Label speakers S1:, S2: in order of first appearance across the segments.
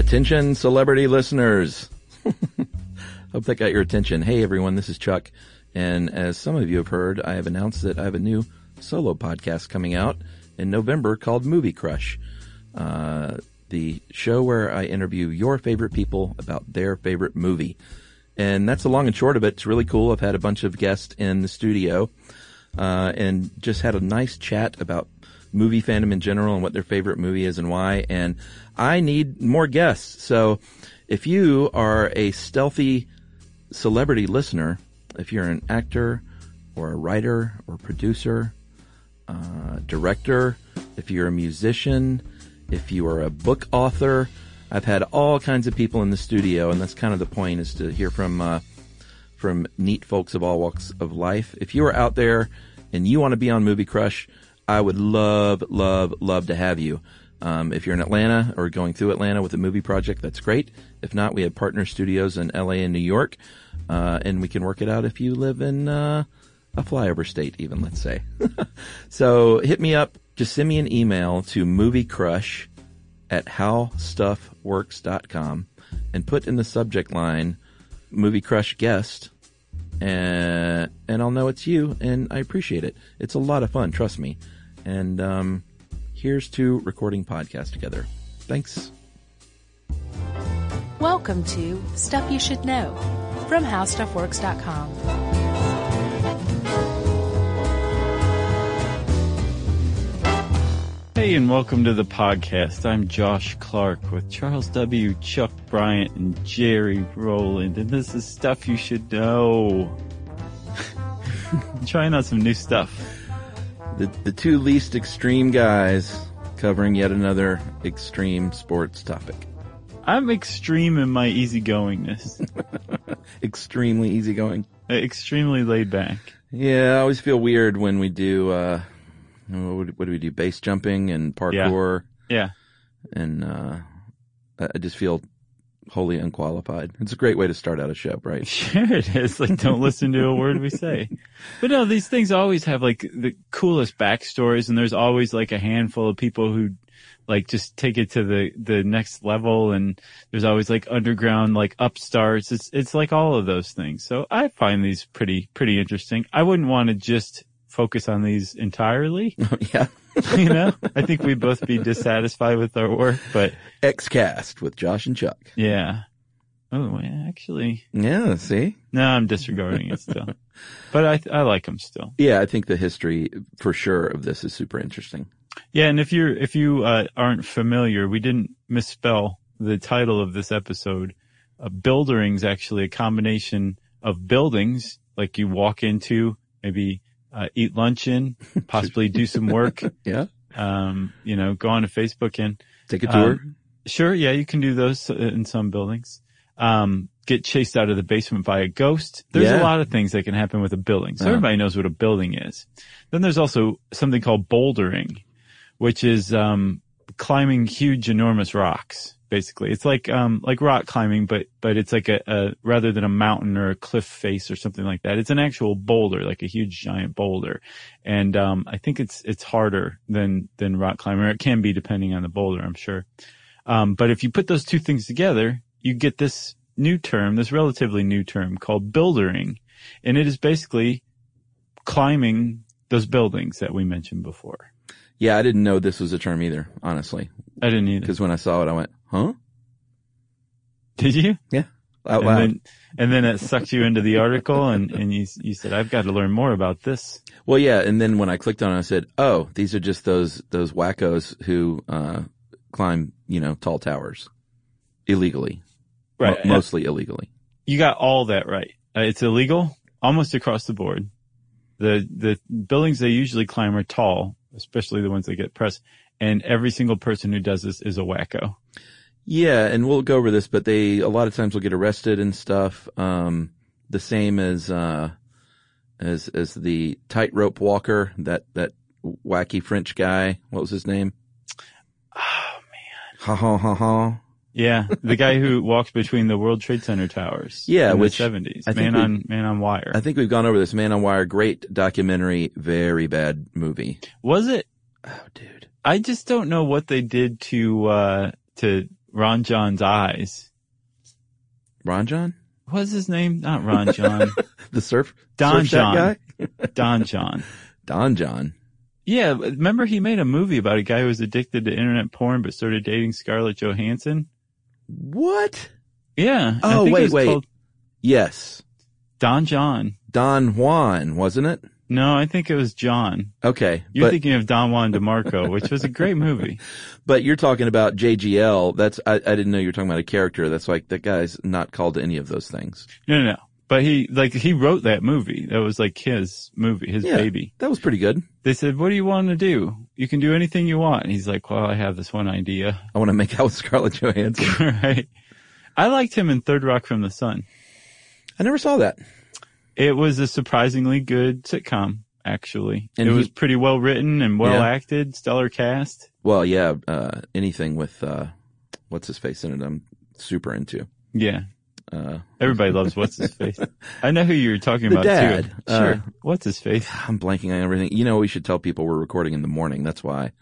S1: Attention, celebrity listeners. Hope that got your attention. Hey, everyone, this is Chuck. And as some of you have heard, I have announced that I have a new solo podcast coming out in November called Movie Crush, uh, the show where I interview your favorite people about their favorite movie. And that's the long and short of it. It's really cool. I've had a bunch of guests in the studio uh, and just had a nice chat about movie fandom in general and what their favorite movie is and why. And I need more guests. So if you are a stealthy celebrity listener, if you're an actor or a writer or producer, uh, director, if you're a musician, if you are a book author, I've had all kinds of people in the studio, and that's kind of the point is to hear from uh, from neat folks of all walks of life. If you are out there and you want to be on Movie Crush, I would love, love, love to have you. Um, if you're in Atlanta or going through Atlanta with a movie project, that's great. If not, we have partner studios in LA and New York, uh, and we can work it out if you live in uh, a flyover state, even let's say. so hit me up. Just send me an email to moviecrush at howstuffworks.com and put in the subject line movie crush guest and and I'll know it's you, and I appreciate it. It's a lot of fun, trust me. And um, here's to recording podcasts together. Thanks.
S2: Welcome to Stuff You Should Know from HowStuffWorks.com.
S3: Hey, and welcome to the podcast. I'm Josh Clark with Charles W., Chuck Bryant, and Jerry Rowland, and this is stuff you should know. Trying out some new stuff.
S1: The the two least extreme guys covering yet another extreme sports topic.
S3: I'm extreme in my easygoingness,
S1: Extremely easygoing.
S3: extremely laid back.
S1: Yeah, I always feel weird when we do. Uh, what, what do we do? Base jumping and parkour,
S3: Yeah.
S1: and uh, I I just feel wholly unqualified. It's a great way to start out a show, right?
S3: Sure it is. Like don't listen to a word we say. But no, these things always have like the coolest backstories and there's always like a handful of people who like just take it to the, the next level and there's always like underground like upstarts. It's it's like all of those things. So I find these pretty pretty interesting. I wouldn't want to just focus on these entirely.
S1: yeah.
S3: You know? I think we'd both be dissatisfied with our work, but
S1: Xcast with Josh and Chuck.
S3: yeah. Oh, yeah, actually,
S1: Yeah, see?
S3: No, I'm disregarding it still. but I I like them still.
S1: Yeah, I think the history for sure of this is super interesting.
S3: Yeah, and if you're if you uh, aren't familiar, we didn't misspell the title of this episode. Uh, buildering's actually a combination of buildings, like you walk into, maybe uh, eat lunch in, possibly do some work,
S1: Yeah.
S3: um, you know, go on to Facebook and
S1: Take a tour.
S3: Um, Sure, yeah, you can do those in some buildings. Um, get chased out of the basement by a ghost. There's
S1: Yeah.
S3: a lot of things that can happen with a building. So
S1: Uh-huh.
S3: everybody knows what a building is. Then there's also something called bouldering, which is um, climbing huge, enormous rocks. Basically, it's like um, like rock climbing, but but it's like a, a rather than a mountain or a cliff face or something like that. It's an actual boulder, like a huge giant boulder, and um, I think it's it's harder than than rock climbing. Or it can be depending on the boulder, I'm sure. Um, but if you put those two things together, you get this new term, this relatively new term called buildering. And it is basically climbing those buildings that we mentioned before.
S1: yeah, I didn't know this was a term either, honestly.
S3: I didn't either.
S1: Because when I saw it, I went, huh?
S3: Did you?
S1: Out
S3: and
S1: loud.
S3: then, and then it sucked you into the article and, and you, you said, I've got to learn more about this.
S1: well, yeah. And then when I clicked on it, I said, oh, these are just those, those wackos who, uh, climb, you know, tall towers illegally, Mo-
S3: Mo- most-
S1: mostly illegally.
S3: you got all that right. Uh, it's illegal almost across the board. The, the buildings they usually climb are tall, especially the ones that get pressed. And every single person who does this is a wacko.
S1: Yeah. And we'll go over this, but they, a lot of times will get arrested and stuff. Um, the same as, uh, as, as the tightrope walker, that, that wacky French guy. What was his name? Ha ha ha ha.
S3: Yeah, the guy who walked between the World Trade Center towers.
S1: Yeah,
S3: in
S1: which
S3: the seventies.
S1: I think
S3: Man
S1: we-
S3: on Man on Wire.
S1: I think we've gone over this. Man on Wire, great documentary, very bad movie.
S3: Was it?
S1: Oh, dude.
S3: I just don't know what they did to uh to Ron John's eyes.
S1: Ron John?
S3: What's his name? Not Ron John.
S1: The surf?
S3: Don
S1: surf shack
S3: John.
S1: guy?
S3: Don John.
S1: Don John.
S3: Yeah, but remember he made a movie about a guy who was addicted to internet porn but started dating Scarlett Johansson?
S1: What?
S3: Yeah. I
S1: Oh,
S3: think it
S1: wait,
S3: was
S1: wait.
S3: called
S1: Yes.
S3: Don John.
S1: Don Juan, wasn't it?
S3: No, I think it was John.
S1: Okay.
S3: You're
S1: but,
S3: thinking of Don Juan DeMarco, which was a great movie.
S1: but you're talking about JGL. That's, I, I didn't know you were talking about a character. That's like, that guy's not called to any of those things.
S3: No, no, no. But he, like, he wrote that movie. That was like his movie, his
S1: Yeah.
S3: baby.
S1: That was pretty good.
S3: They said, what do you want to do? You can do anything you want. And he's like, well, I have this one idea.
S1: I want to make out with Scarlett Johansson.
S3: right. I liked him in Third Rock from the Sun.
S1: I never saw that.
S3: It was a surprisingly good sitcom, actually.
S1: And
S3: it
S1: he-
S3: was pretty well written and well
S1: Yeah.
S3: acted, stellar cast.
S1: Well, yeah, uh, anything with, uh, what's his face in it, I'm super into.
S3: Yeah.
S1: Uh,
S3: Everybody loves what's his face. I know who you were talking
S1: The
S3: about
S1: dad.
S3: too. Sure.
S1: Uh,
S3: what's his face?
S1: I'm blanking on everything. You know, we should tell people we're recording in the morning. That's why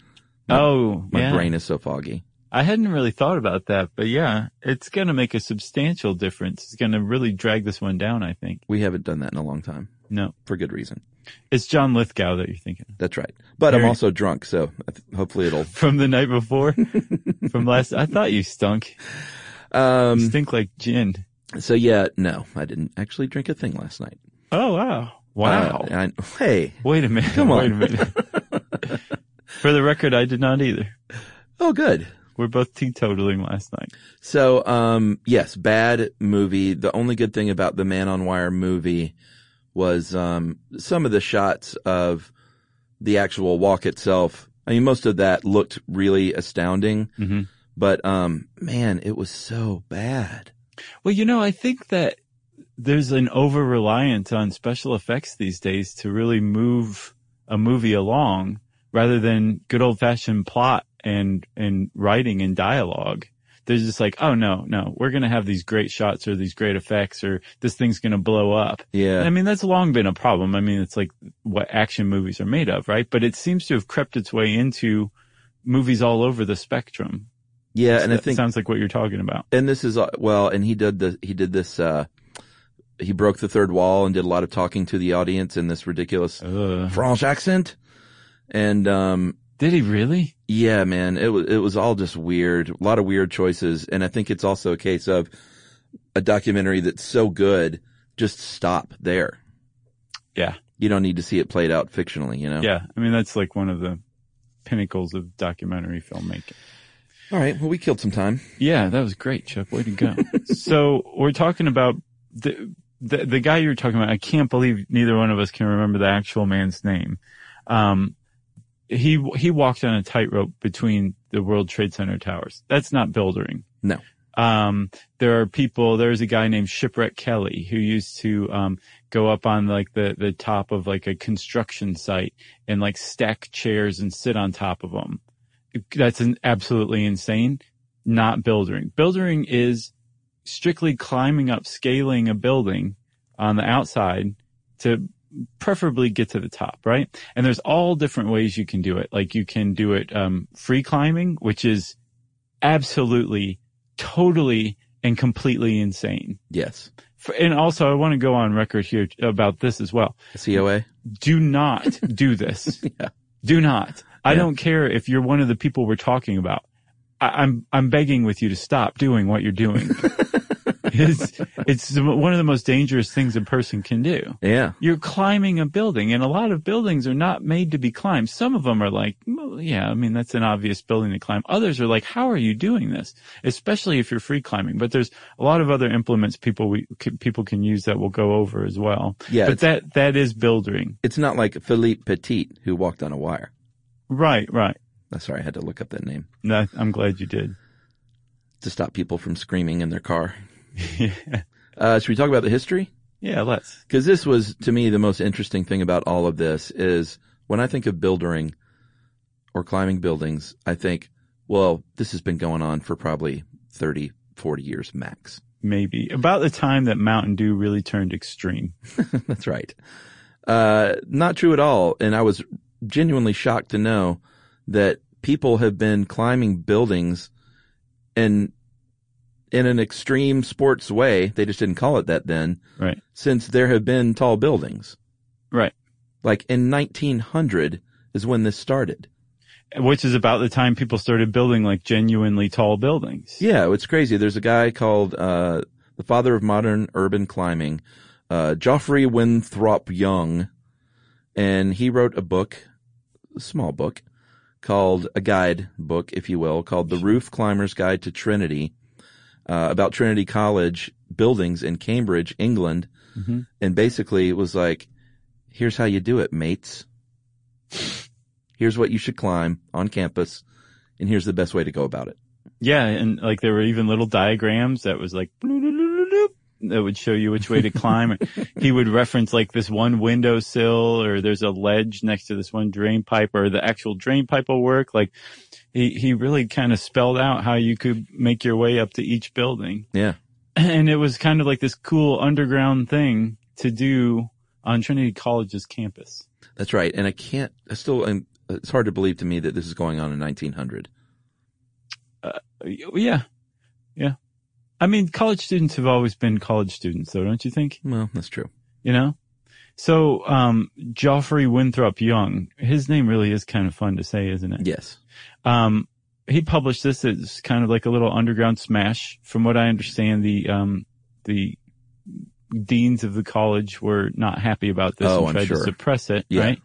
S1: my-
S3: oh,
S1: my
S3: yeah.
S1: brain is so foggy.
S3: I hadn't really thought about that, but yeah, it's going to make a substantial difference. It's going to really drag this one down, I think.
S1: We haven't done that in a long time
S3: No,
S1: for good reason.
S3: it's John Lithgow that you're thinking of.
S1: That's right. But I'm
S3: Very-
S1: also drunk, so I th- hopefully it'll.
S3: from the night before, from last. I thought you stunk. You
S1: Um,
S3: stink like gin.
S1: so yeah, no, I didn't actually drink a thing last night.
S3: Oh wow!
S1: Uh, and I, hey,
S3: Wait a minute.
S1: Come on.
S3: Wait a minute. For the record, I did not either.
S1: oh good.
S3: We're both teetotaling last night.
S1: So, um, yes, bad movie. The only good thing about the Man on Wire movie was, um, some of the shots of the actual walk itself. I mean, most of that looked really astounding,
S3: Mm-hmm.
S1: but, um, man, it was so bad.
S3: Well, you know, I think that there's an over reliance on special effects these days to really move a movie along rather than good old fashioned plot and, and writing and dialogue. They're just like, oh no, no, we're going to have these great shots or these great effects or this thing's going to blow up. I
S1: Yeah.
S3: mean, that's long been a problem. I mean, it's like what action movies are made of, right? But it seems to have crept its way into movies all over the spectrum.
S1: Yeah. And I
S3: That
S1: think
S3: sounds like what you're talking about.
S1: and this is uh, well, and he did the he did this. uh He broke the third wall and did a lot of talking to the audience in this ridiculous
S3: Uh.
S1: French accent. And um
S3: Did he really?
S1: yeah, man, it was it was all just weird. A lot of weird choices, and I think it's also a case of a documentary that's so good, just stop there.
S3: Yeah.
S1: You don't need to see it played out fictionally, you know?
S3: Yeah. I mean, that's like one of the pinnacles of documentary filmmaking.
S1: All right. Well, we killed some time.
S3: Yeah, that was great, Chuck. Way to go. so we're talking about the, the the guy you're talking about. I can't believe neither one of us can remember the actual man's name. Um, he he walked on a tightrope between the World Trade Center towers. That's not building.
S1: No.
S3: Um, there are people. There's a guy named Shipwreck Kelly who used to um, go up on like the the top of like a construction site and like stack chairs and sit on top of them. That's an absolutely insane not building. Building is strictly climbing up, scaling a building on the outside to preferably get to the top, right? And there's all different ways you can do it. Like you can do it um, free climbing, which is absolutely, totally, and completely insane.
S1: Yes.
S3: For, and also, I want to go on record here about this as well
S1: COA.
S3: do not do this. Do not. I
S1: Yeah.
S3: don't care if you're one of the people we're talking about. I, I'm I'm begging with you to stop doing what you're doing. it's it's the- one of the most dangerous things a person can do.
S1: Yeah.
S3: You're climbing a building, and a lot of buildings are not made to be climbed. Some of them are like, well, yeah, I mean that's an obvious building to climb. Others are like, how are you doing this? Especially if you're free climbing. But there's a lot of other implements people we can, people can use that we'll go over as well.
S1: Yeah,
S3: but
S1: it's-
S3: that that is building.
S1: It's not like Philippe Petit who walked on a wire.
S3: Right, right.
S1: I'm sorry, I had to look up that name
S3: No, I'm glad you did.
S1: to stop people from screaming in their car.
S3: yeah.
S1: Uh, should we talk about the history?
S3: yeah, let's.
S1: Because this was to me the most interesting thing about all of this is when I think of building or climbing buildings, I think, well, this has been going on for probably 30, 40 years max.
S3: Maybe about the time that Mountain Dew really turned extreme.
S1: That's right. Uh, not true at all. And I was genuinely shocked to know that people have been climbing buildings and in an extreme sports way. They just didn't call it that then
S3: Right.
S1: since there have been tall buildings.
S3: Right.
S1: Like in 1900 is when this started.
S3: Which is about the time people started building like genuinely tall buildings.
S1: Yeah, it's crazy. There's a guy called uh, the father of modern urban climbing, uh, Joffrey Winthrop Young, and he wrote a book, a small book, called a guide book, if you will, called "The Roof Climber's Guide to Trinity," uh, about Trinity College buildings in Cambridge, England,
S3: Mhm.
S1: and basically it was like, "Here's how you do it, mates. Here's what you should climb on campus, and here's the best way to go about it."
S3: Yeah, and like there were even little diagrams that was like that would show you which way to climb. he would reference like this one windowsill or there's a ledge next to this one drain pipe or the actual drain pipe will work. Like he, he really kind of spelled out how you could make your way up to each building.
S1: Yeah.
S3: And it was kind of like this cool underground thing to do on Trinity College's campus.
S1: That's right. And I can't, I still, am, it's hard to believe to me that this is going on in 1900.
S3: Yeah. Yeah. I mean, college students have always been college students though, don't you think?
S1: Well, that's true.
S3: you know? So, um, Joffrey Winthrop Young, his name really is kind of fun to say, isn't it?
S1: Yes.
S3: Um, he published this as kind of like a little underground smash. From what I understand, the, um, the deans of the college were not happy about this
S1: Oh,
S3: and
S1: I'm
S3: tried
S1: sure.
S3: to suppress it,
S1: Yeah.
S3: right?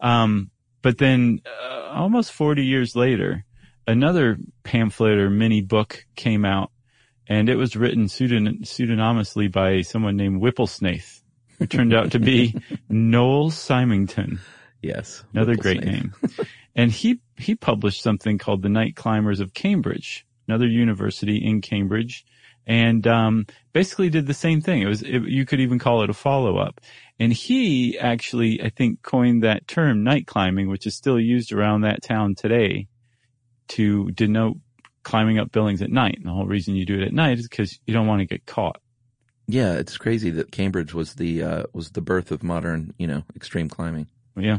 S3: Um, but then uh, almost 40 years later, another pamphlet or mini book came out and it was written pseudon- pseudonymously by someone named Whipplesnaith, who turned out to be Noel Symington.
S1: Yes.
S3: Another
S1: Whipple
S3: great
S1: snake.
S3: name. And he, he published something called The Night Climbers of Cambridge, another university in Cambridge. And, um, basically did the same thing. It was, it, you could even call it a follow up. And he actually, I think, coined that term night climbing, which is still used around that town today to denote climbing up buildings at night. And the whole reason you do it at night is because you don't want to get caught.
S1: Yeah. It's crazy that Cambridge was the, uh, was the birth of modern, you know, extreme climbing.
S3: Yeah.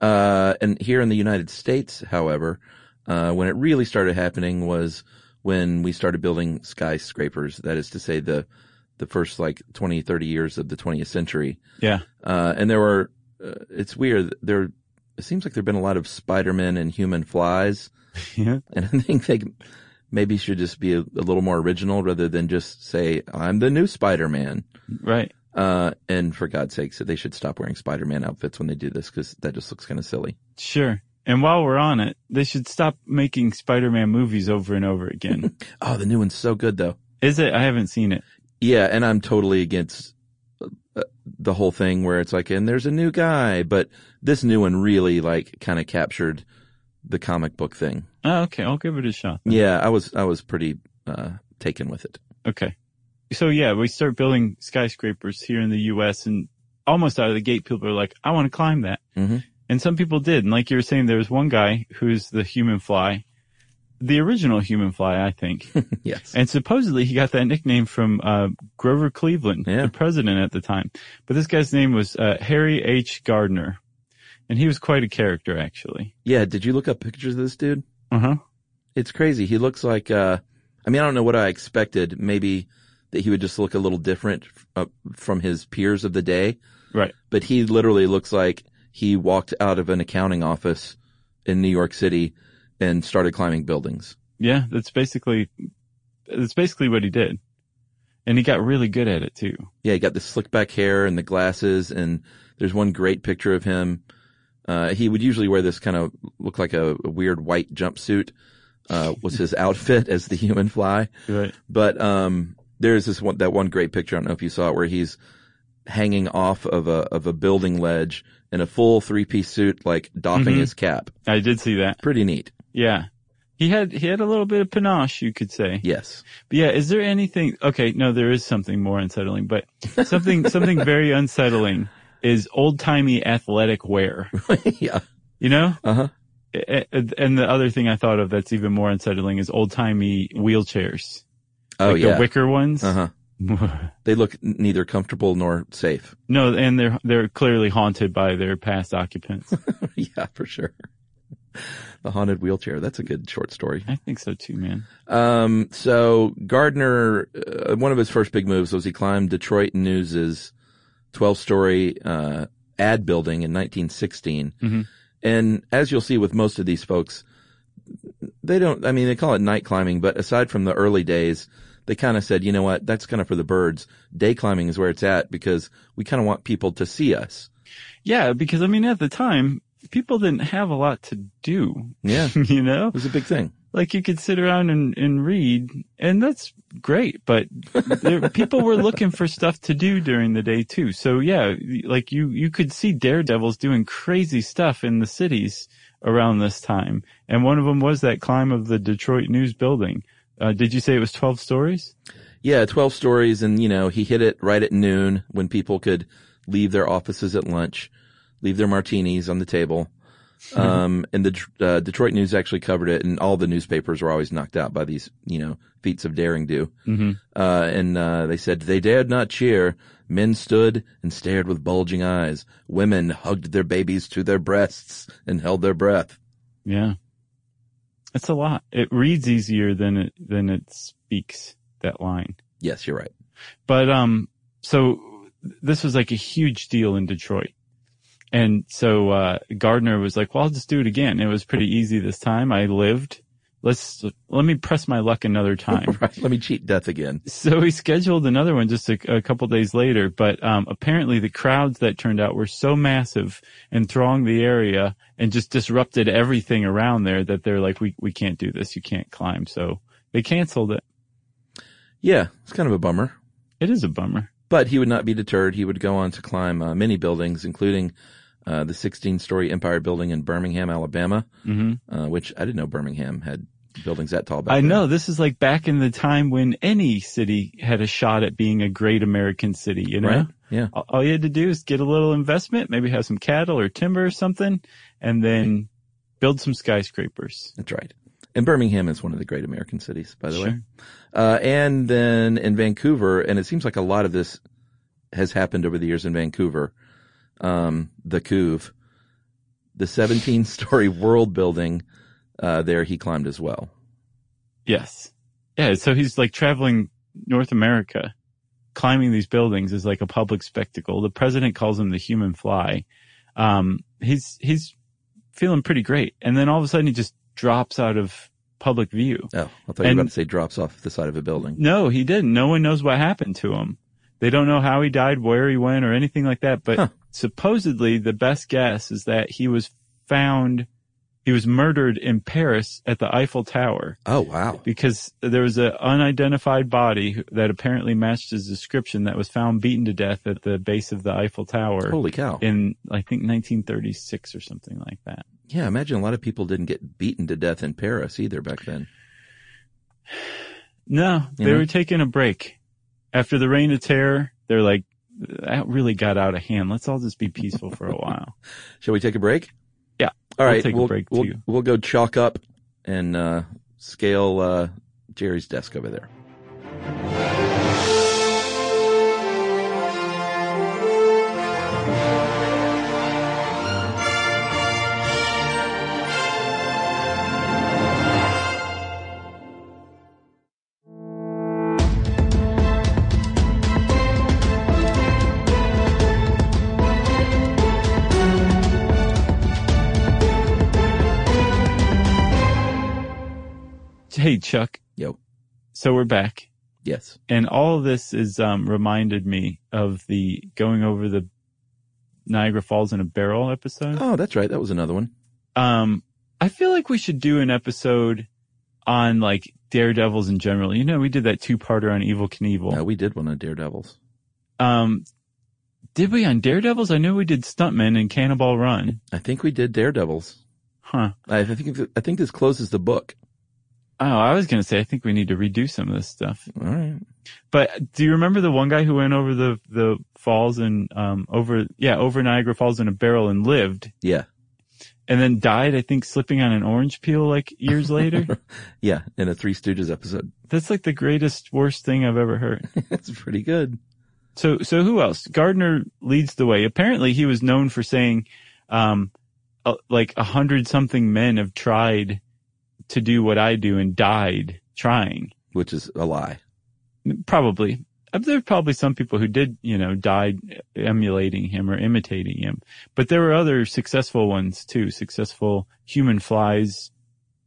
S1: Uh, and here in the United States, however, uh, when it really started happening was when we started building skyscrapers. That is to say the, the first like 20, 30 years of the 20th century.
S3: Yeah.
S1: Uh, and there were, uh, it's weird. There, it seems like there've been a lot of Spider-Man and human flies.
S3: Yeah.
S1: And I think they maybe should just be a, a little more original rather than just say, I'm the new Spider-Man.
S3: Right.
S1: Uh, and for God's sakes, they should stop wearing Spider-Man outfits when they do this because that just looks kind of silly.
S3: Sure. And while we're on it, they should stop making Spider-Man movies over and over again.
S1: Oh, the new one's so good though.
S3: Is it? I haven't seen it.
S1: Yeah. And I'm totally against uh, the whole thing where it's like, and there's a new guy, but this new one really like kind of captured the comic book thing.
S3: Oh, okay. I'll give it a shot.
S1: Yeah. I was, I was pretty, uh, taken with it.
S3: Okay. So yeah, we start building skyscrapers here in the U.S. and almost out of the gate, people are like, I want to climb that.
S1: Mhm.
S3: And some people did. And like you were saying, there was one guy who's the human fly, the original human fly, I think.
S1: yes.
S3: And supposedly he got that nickname from uh, Grover Cleveland,
S1: Yeah.
S3: the president at the time. But this guy's name was uh, Harry H. Gardner, and he was quite a character, actually.
S1: yeah. Did you look up pictures of this dude?
S3: Uh huh.
S1: It's crazy. He looks like, uh, I mean, I don't know what I expected. Maybe that he would just look a little different uh, from his peers of the day,
S3: Right.
S1: but he literally looks like he walked out of an accounting office in New York City and started climbing buildings.
S3: Yeah, that's basically that's basically what he did, and he got really good at it too.
S1: Yeah. He got the slick back hair and the glasses. And there's one great picture of him. Uh, he would usually wear this kind of look like a, a weird white jumpsuit, uh, was his outfit as the human fly.
S3: Right.
S1: But um, there's this one that one great picture. I don't know if you saw it, where he's hanging off of a of a building ledge in a full three piece suit, like doffing
S3: Mhm.
S1: his cap.
S3: I did see that.
S1: Pretty neat.
S3: Yeah. He had he had a little bit of panache, you could say.
S1: Yes.
S3: But yeah, is there anything? Okay, no, there is something more unsettling, but something something very unsettling is old timey athletic wear.
S1: yeah.
S3: You know,
S1: Uh huh.
S3: A- a- and the other thing I thought of that's even more unsettling is old timey wheelchairs.
S1: Oh
S3: like
S1: yeah.
S3: the wicker ones.
S1: uh huh. They look n- neither comfortable nor safe.
S3: no, and they're they're clearly haunted by their past occupants.
S1: yeah, for sure. The Haunted Wheelchair. That's a good short story.
S3: I think so too, man.
S1: Um, so Gardner, uh, one of his first big moves was he climbed Detroit News's 12 story, uh, ad building in 1916.
S3: Mhm.
S1: And as you'll see with most of these folks, they don't, I mean, they call it night climbing, but aside from the early days, they kind of said, you know what, that's kind of for the birds. Day climbing is where it's at because we kind of want people to see us.
S3: Yeah, because I mean, at the time, people didn't have a lot to do.
S1: Yeah. It
S3: you know,
S1: was a big thing.
S3: like you could sit around and, and read, and that's great. But there, people were looking for stuff to do during the day too. So yeah, like you you could see daredevils doing crazy stuff in the cities around this time, and one of them was that climb of the Detroit News Building. Uh, did you say it was twelve stories?
S1: Yeah, 12 stories and you know, he hit it right at noon when people could leave their offices at lunch, leave their martinis on the table. Um, and the Dr- uh, Detroit News actually covered it and all the newspapers were always knocked out by these, you know, feats of daring do.
S3: Mm-hmm.
S1: Uh, and, uh, they said they dared not cheer. Men stood and stared with bulging eyes. Women hugged their babies to their breasts and held their breath.
S3: Yeah. It's a lot. It reads easier than it, than it speaks that line.
S1: Yes, you're right.
S3: But, um, so this was like a huge deal in Detroit. And so, uh, Gardner was like, well, I'll just do it again. It was pretty easy this time. I lived. Let's, let me press my luck another time.
S1: right. Let me cheat death again.
S3: So he scheduled another one just a, a couple days later, but um, apparently the crowds that turned out were so massive and thronged the area and just disrupted everything around there that they're like, we we can't do this, you can't climb. So they canceled it.
S1: Yeah, it's kind of a bummer.
S3: It is a bummer.
S1: But he would not be deterred. He would go on to climb uh, many buildings, including uh, the 16-story Empire Building in Birmingham, Alabama,
S3: hmm
S1: uh, which I didn't know Birmingham had buildings that tall. Back
S3: I
S1: then.
S3: know this is like back in the time when any city had a shot at being a great American city. You know,
S1: right? Yeah,
S3: all, all you had to do is get a little investment, maybe have some cattle or timber or something, and then build some skyscrapers.
S1: that's right. And Birmingham is one of the great American cities, by the way. Uh, and then in Vancouver, and it seems like a lot of this has happened over the years in Vancouver. Um, the Couve, the 17-story World Building, uh, there he climbed as well.
S3: Yes. Yeah. So he's like traveling North America, climbing these buildings is like a public spectacle. The president calls him the human fly. Um, he's, he's feeling pretty great. And then all of a sudden he just drops out of public view.
S1: Oh, I thought you were about
S3: And-
S1: to say drops off the side of a building.
S3: No, he didn't. No one knows what happened to him. They don't know how he died, where he went, or anything like that. But
S1: Huh.
S3: supposedly the best guess is that he was found, he was murdered in Paris at the Eiffel Tower.
S1: Oh, wow.
S3: because there was an unidentified body that apparently matched his description that was found beaten to death at the base of the Eiffel Tower
S1: Holy cow.
S3: in, I think, 1936 or something like that.
S1: yeah, I imagine a lot of people didn't get beaten to death in Paris either back then.
S3: No,
S1: You
S3: they
S1: know?
S3: were taking a break. After the reign of terror, they're like, that really got out of hand. Let's all just be peaceful for a while.
S1: Shall we take a break?
S3: Yeah.
S1: All
S3: We'll
S1: right,
S3: take a
S1: we'll
S3: break,
S1: we'll,
S3: too.
S1: we'll go chalk up and uh, scale uh, Jerry's desk over there.
S3: Hey, Chuck.
S1: Yo.
S3: So we're back.
S1: Yes.
S3: and all of this is um, reminded me of the going over the Niagara Falls in a barrel episode.
S1: Oh, that's right. That was another one.
S3: Um, I feel like we should do an episode on like daredevils in general. You know, we did that two-parter on Evil Knievel.
S1: No, Uh, we did one on Daredevils.
S3: Um, did we on Daredevils? I know we did Stuntman and Cannonball Run.
S1: I think we did Daredevils.
S3: Huh.
S1: I think I think this closes the book.
S3: Oh, I was gonna say I think we need to redo some of this stuff.
S1: All right.
S3: But do you remember the one guy who went over the the falls and um over yeah over Niagara Falls in a barrel and lived?
S1: Yeah.
S3: and then died, I think, slipping on an orange peel like years later.
S1: Yeah. In a Three Stooges episode.
S3: That's like the greatest, worst thing I've ever heard.
S1: that's pretty good.
S3: So, so who else? Gardner leads the way. Apparently he was known for saying, um, uh, like a hundred something men have tried to do what I do and died trying.
S1: which is a lie.
S3: Probably. There's probably some people who did, you know, died emulating him or imitating him, but there were other successful ones too, successful human flies,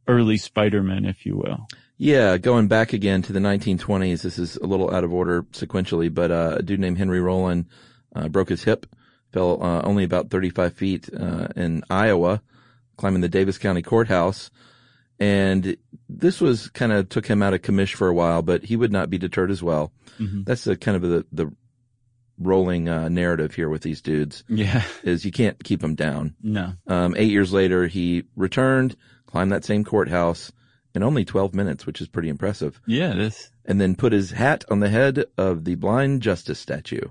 S3: early Spider-Man, if you will.
S1: Yeah, going back again to the 1920s, this is a little out of order sequentially, but uh, a dude named Henry Rowland uh, broke his hip, fell uh, only about 35 feet uh, in Iowa, climbing the Davis County Courthouse. And this was kind of took him out of commish for a while, but he would not be deterred as well.
S3: Mhm.
S1: That's the kind of the, the rolling uh, narrative here with these dudes
S3: Yeah.
S1: is you can't keep them down.
S3: No.
S1: Um, eight years later, he returned, climbed that same courthouse in only 12 minutes, which is pretty impressive,
S3: Yeah, this.
S1: and then put his hat on the head of the blind justice statue.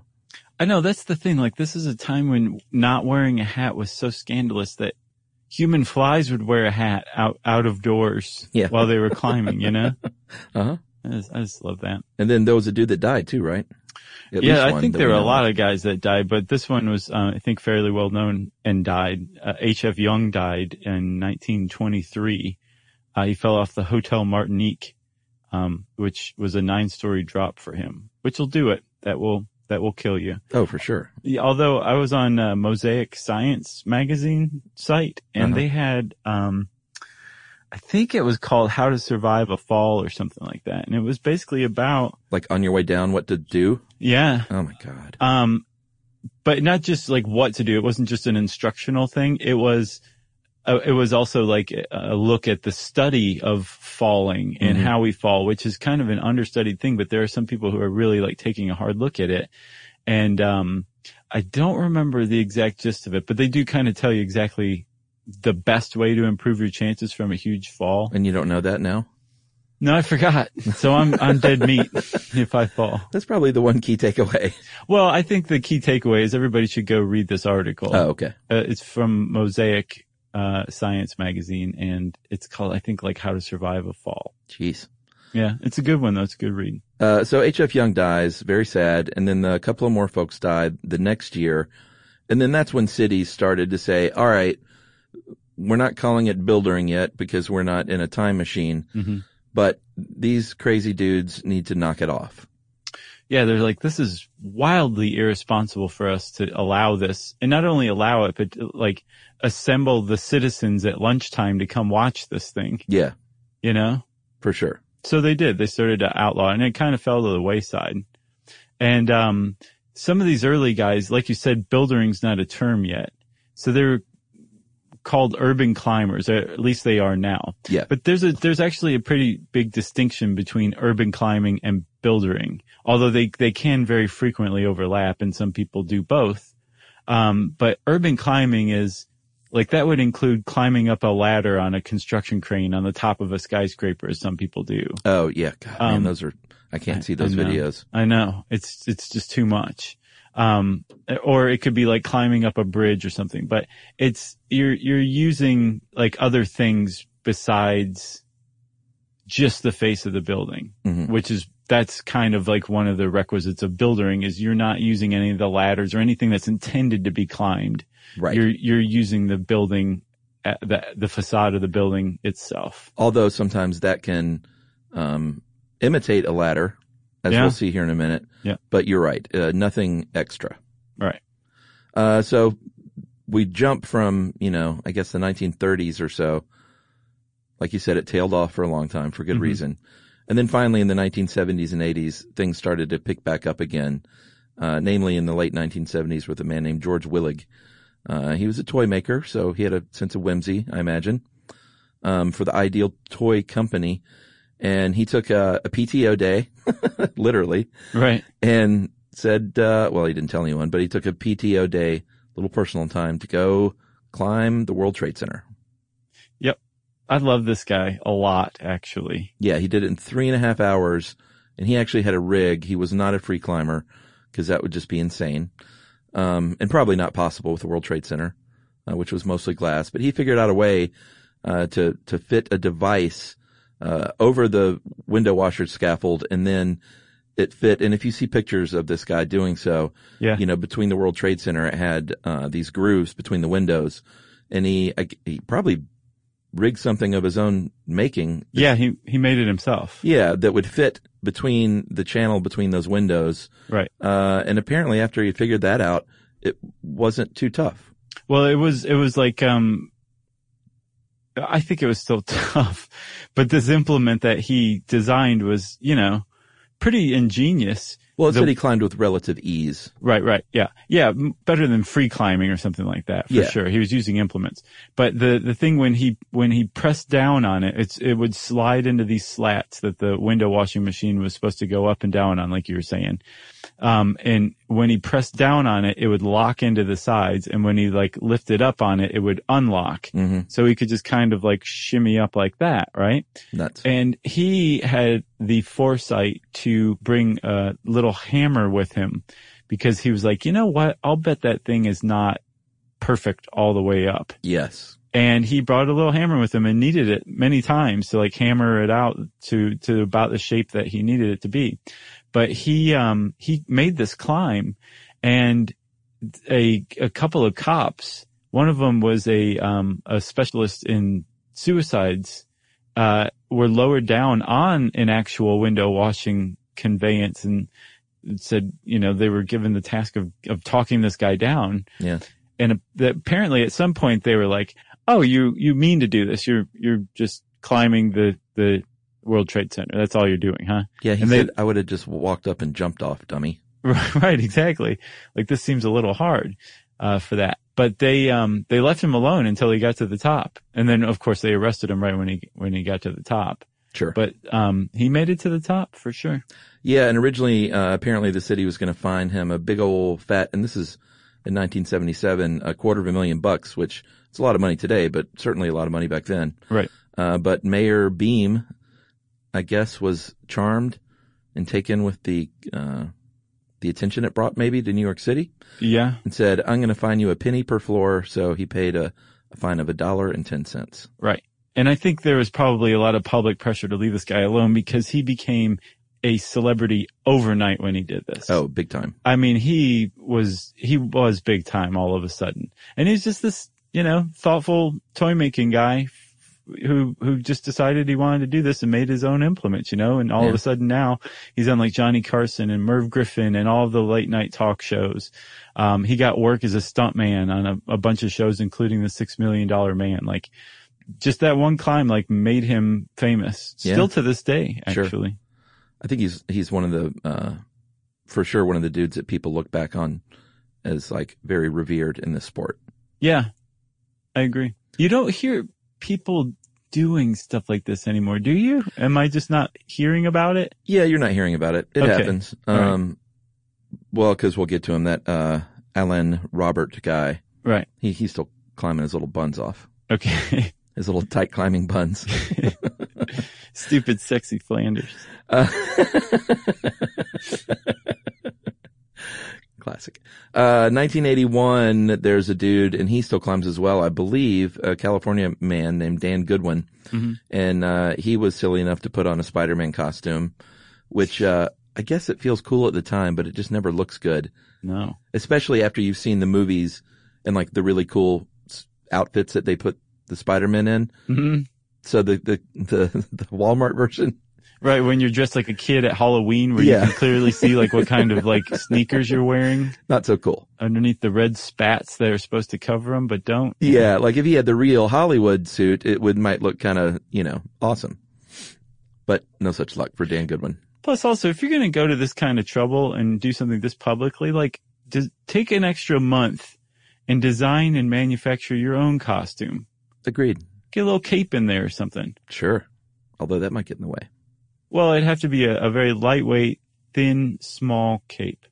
S3: I know that's the thing. Like this is a time when not wearing a hat was so scandalous that human flies would wear a hat out, out of doors
S1: Yeah.
S3: while they were climbing, you know?
S1: Uh-huh.
S3: I just, I just love that.
S1: And then there was a dude that died too, right? At
S3: yeah,
S1: least
S3: I
S1: one
S3: think
S1: that
S3: there
S1: we
S3: were a
S1: know
S3: lot of guys that died, but this one was, uh, I think, fairly well known and died. Uh, H.F. Young died in 1923. Uh, he fell off the Hotel Martinique, um, which was a nine-story drop for him, which will do it. That will that will kill you.
S1: Oh, for sure.
S3: Yeah, although I was on uh, Mosaic Science magazine site and
S1: Uh-huh.
S3: they had, um, I think it was called How to Survive a Fall or something like that. And it was basically about,
S1: Like on your way down, what to do?
S3: yeah,
S1: Oh my God.
S3: um, but not just like what to do. It wasn't just an instructional thing. It was, uh, it was also like a- a look at the study of falling and
S1: Mhm.
S3: how we fall, which is kind of an understudied thing. But there are some people who are really like taking a hard look at it. And, um, I don't remember the exact gist of it, but they do kind of tell you exactly the best way to improve your chances from a huge fall.
S1: And you don't know that now?
S3: No, I forgot. So I'm, I'm dead meat if I fall.
S1: That's probably the one key takeaway.
S3: Well, I think the key takeaway is everybody should go read this article.
S1: Oh, okay.
S3: Uh, it's from Mosaic uh, Science Magazine, and it's called, I think, like How to Survive a Fall.
S1: Jeez.
S3: Yeah, it's a good one though. It's a good read.
S1: Uh, so HF Young dies, very sad, and then a couple of more folks died the next year, and then that's when cities started to say, "All right, we're not calling it buildering yet because we're not in a time machine,
S3: Mhm.
S1: but these crazy dudes need to knock it off."
S3: Yeah, they're like, this is wildly irresponsible for us to allow this, and not only allow it, but like assemble the citizens at lunchtime to come watch this thing.
S1: Yeah,
S3: You know?
S1: for sure.
S3: So they did. They started to outlaw it, and it kind of fell to the wayside. And, um, some of these early guys, like you said, buildering's not a term yet. So they're called urban climbers, or at least they are now.
S1: Yeah.
S3: But there's a, there's actually a pretty big distinction between urban climbing and buildering, although they, they can very frequently overlap and some people do both. Um, but urban climbing is like that would include climbing up a ladder on a construction crane on the top of a skyscraper as some people do.
S1: Oh yeah, God, man,
S3: Um,
S1: those are I can't
S3: I-
S1: see those
S3: I know.
S1: videos.
S3: I know. It's it's just too much. Um, or it could be like climbing up a bridge or something. But it's you're you're using like other things besides just the face of the building,
S1: Mhm.
S3: which is that's kind of like one of the requisites of building is you're not using any of the ladders or anything that's intended to be climbed.
S1: Right.
S3: You're you're using the building, uh, the the facade of the building itself.
S1: Although sometimes that can um, imitate a ladder, as
S3: Yeah.
S1: we'll see here in a minute.
S3: Yeah.
S1: But you're right. Uh, nothing extra.
S3: Right.
S1: Uh, so we jump from, you know, I guess the 1930s or so. Like you said, it tailed off for a long time for good
S3: Mhm.
S1: reason. And then finally in the 1970s and 80s, things started to pick back up again. Uh, namely in the late 1970s with a man named George Willig. Uh, he was a toy maker, so he had a sense of whimsy, I imagine, um, for the ideal toy company. And he took a, a PTO day, literally,
S3: Right.
S1: and said, uh, well, he didn't tell anyone, but he took a PTO day, little personal time to go climb the World Trade Center.
S3: I love this guy a lot, actually.
S1: Yeah, he did it in three and a half hours and he actually had a rig. He was not a free climber because that would just be insane. Um, and probably not possible with the World Trade Center, uh, which was mostly glass, but he figured out a way, uh, to, to fit a device, uh, over the window washer scaffold and then it fit. And if you see pictures of this guy doing so,
S3: Yeah.
S1: you know, between the World Trade Center, it had, uh, these grooves between the windows and he, I, he probably rigged something of his own making.
S3: Yeah, he he made it himself.
S1: Yeah, that would fit between the channel between those windows.
S3: Right.
S1: Uh, and apparently after he figured that out, it wasn't too tough.
S3: Well, it was it was like um I think it was still tough, but this implement that he designed was, you know, pretty ingenious.
S1: Well, it
S3: The-
S1: said he climbed with relative ease.
S3: Right, right. Yeah. Yeah. m- Better than free climbing or something like that for
S1: Yeah.
S3: sure. He was using implements, but the, the thing when he, when he pressed down on it, it's, it would slide into these slats that the window washing machine was supposed to go up and down on, like you were saying. Um, and when he pressed down on it, it would lock into the sides. And when he like lifted up on it, it would unlock.
S1: Mm-hmm.
S3: So he could just kind of like shimmy up like that. Right.
S1: Nuts.
S3: And he had the foresight to bring a little hammer with him because he was like, you know what? I'll bet that thing is not perfect all the way up.
S1: yes.
S3: And he brought a little hammer with him and needed it many times to like hammer it out to, to about the shape that he needed it to be. But he, um, he made this climb and a, a couple of cops, one of them was a, um, a specialist in suicides uh, were lowered down on an actual window washing conveyance and said, you know, they were given the task of, of talking this guy down.
S1: Yeah.
S3: And that apparently at some point they were like, Oh, you, you mean to do this. You're, you're just climbing the, the World Trade Center. That's all you're doing, huh?
S1: Yeah. He
S3: And they-
S1: said, I would have just walked up and jumped off, dummy.
S3: Right, right, exactly. Like this seems a little hard uh, for that. But they um they left him alone until he got to the top, and then of course they arrested him right when he when he got to the top.
S1: Sure.
S3: But um he made it to the top for sure.
S1: Yeah, and originally, uh, apparently the city was going to fine him a big old fat, and this is in 1977, a quarter of a million bucks, which it's a lot of money today, but certainly a lot of money back then.
S3: Right.
S1: Uh, but Mayor Beam, I guess, was charmed and taken with the, uh, the attention it brought maybe to New York City
S3: Yeah.
S1: and said, I'm going to fine you a penny per floor. So he paid a, a fine of a dollar and 10 cents.
S3: Right. And I think there was probably a lot of public pressure to leave this guy alone because he became a celebrity overnight when he did this.
S1: Oh, big time.
S3: I mean, he was he was big time all of a sudden, and he's just this you know thoughtful toy making guy who who just decided he wanted to do this and made his own implements, you know. And all of
S1: Yeah.
S3: a sudden now he's on like Johnny Carson and Merv Griffin and all of the late night talk shows. Um, he got work as a stuntman on a, a bunch of shows, including the Six Million Dollar Man. Like just that one climb, like made him famous.
S1: Yeah.
S3: Still to this day,
S1: Sure.
S3: actually.
S1: I think he's he's one of the uh, for sure one of the dudes that people look back on as like very revered in this sport.
S3: Yeah, I agree. You don't hear people doing stuff like this anymore, do you? Am I just not hearing about it?
S1: Yeah, you're not hearing about it. It
S3: Okay.
S1: happens.
S3: All right.
S1: Um, well, because we'll get to him. That uh, Alan Robert guy,
S3: Right.
S1: he he's still climbing his little buns off
S3: Okay.
S1: his little tight climbing buns.
S3: Stupid, sexy Flanders.
S1: Uh, Classic. Uh, 1981, there's a dude, and he still climbs as well, I believe, a California man named Dan Goodwin.
S3: Mhm.
S1: And, uh, he was silly enough to put on a Spider-Man costume, which, uh, I guess it feels cool at the time, but it just never looks good,
S3: No.
S1: especially after you've seen the movies and like the really cool s- outfits that they put the Spider-Man in.
S3: hmm
S1: So the, the, the, the Walmart version
S3: Right when you're dressed like a kid at Halloween, where
S1: Yeah.
S3: you can clearly see like what kind of like sneakers you're wearing
S1: not so cool.
S3: underneath the red spats that are supposed to cover them, but don't.
S1: Yeah, like if he had the real Hollywood suit, it would might look kind of you know awesome. But no such luck for Dan Goodwin.
S3: Plus, also, if you're going to go to this kind of trouble and do something this publicly, like, des- take an extra month and design and manufacture your own costume.
S1: Agreed.
S3: Get a little cape in there or something.
S1: Sure. Although that might get in the way.
S3: Well, it'd have to be a, a very lightweight, thin, small cape.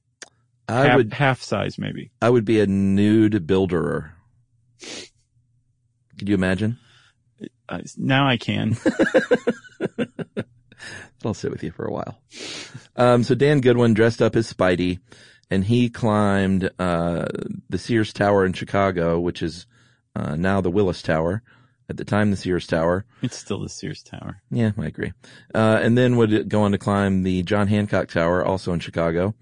S1: I
S3: half,
S1: would
S3: half size, maybe.
S1: I would be a nude builderer. Could you imagine?
S3: Uh, now I can.
S1: I'll sit with you for a while. Um, so Dan Goodwin dressed up as Spidey, and he climbed uh, the Sears Tower in Chicago, which is uh, now the Willis Tower. At the time, the Sears Tower.
S3: it's still the Sears Tower.
S1: Yeah, I agree. Uh, and then would go on to climb the John Hancock Tower, also in Chicago.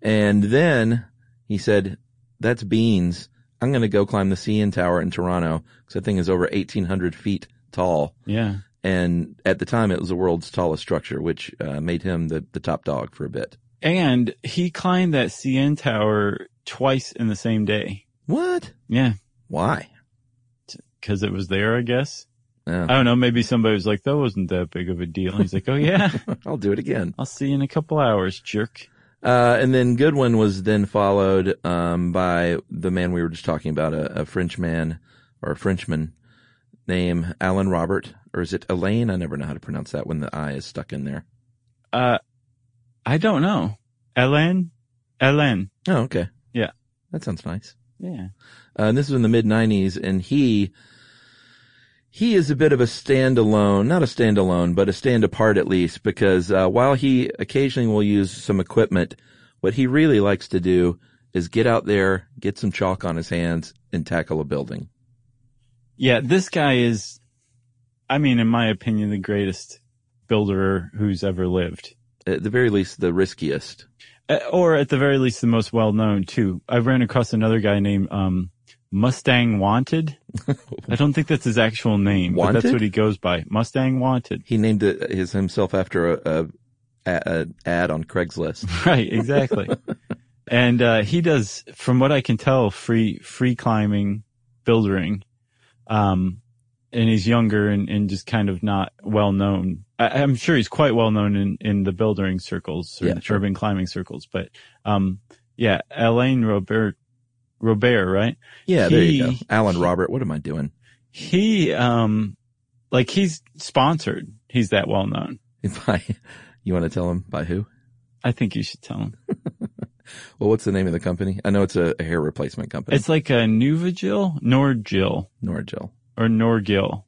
S1: And then he said, that's beans. I'm going to go climb the CN Tower in Toronto because that thing is over 1,800 feet tall.
S3: Yeah.
S1: And at the time, it was the world's tallest structure, which uh, made him the, the top dog for a bit.
S3: And he climbed that CN tower twice in the same day.
S1: What?
S3: Yeah.
S1: Why?
S3: Cause it was there, I guess.
S1: Yeah.
S3: I don't know. Maybe somebody was like, that wasn't that big of a deal. And he's like, oh yeah,
S1: I'll do it again.
S3: I'll see you in a couple hours, jerk.
S1: Uh, and then Goodwin was then followed um, by the man we were just talking about, a, a French man or a Frenchman named Alan Robert, or is it Elaine? I never know how to pronounce that when the I is stuck in there.
S3: Uh, I don't know. Ellen? Ellen.
S1: Oh, okay.
S3: Yeah.
S1: That sounds nice.
S3: Yeah.
S1: Uh, and this was in the mid '90s, and he he is a bit of a standalone, not a standalone, but a stand apart at least, because uh, while he occasionally will use some equipment, what he really likes to do is get out there, get some chalk on his hands, and tackle a building.
S3: Yeah. This guy is, I mean, in my opinion, the greatest builder who's ever lived.
S1: At the very least, the riskiest.
S3: Uh, or at the very least, the most well known too. I ran across another guy named, um, Mustang Wanted. I don't think that's his actual name, but that's
S1: Wanted?
S3: what he goes by. Mustang Wanted.
S1: He named it his himself after a, a, a ad on Craigslist.
S3: Right. Exactly. and, uh, he does, from what I can tell, free, free climbing, buildering. Um, and he's younger and, and just kind of not well known. I, I'm sure he's quite well known in, in the buildering circles or
S1: Yeah,
S3: the
S1: sure.
S3: urban climbing circles, but, um, yeah, Alain Robert, Robert, right?
S1: Yeah, there you go.
S3: He-
S1: Alan Robert, what am I doing?
S3: He, um, like he's sponsored. He's that well known.
S1: If I, you want to tell him by who?
S3: I think you should tell him.
S1: Well, what's the name of the company? I know it's a, a hair replacement company.
S3: It's like a Nuvagil, Norgil,
S1: Norgel.
S3: or Norgil.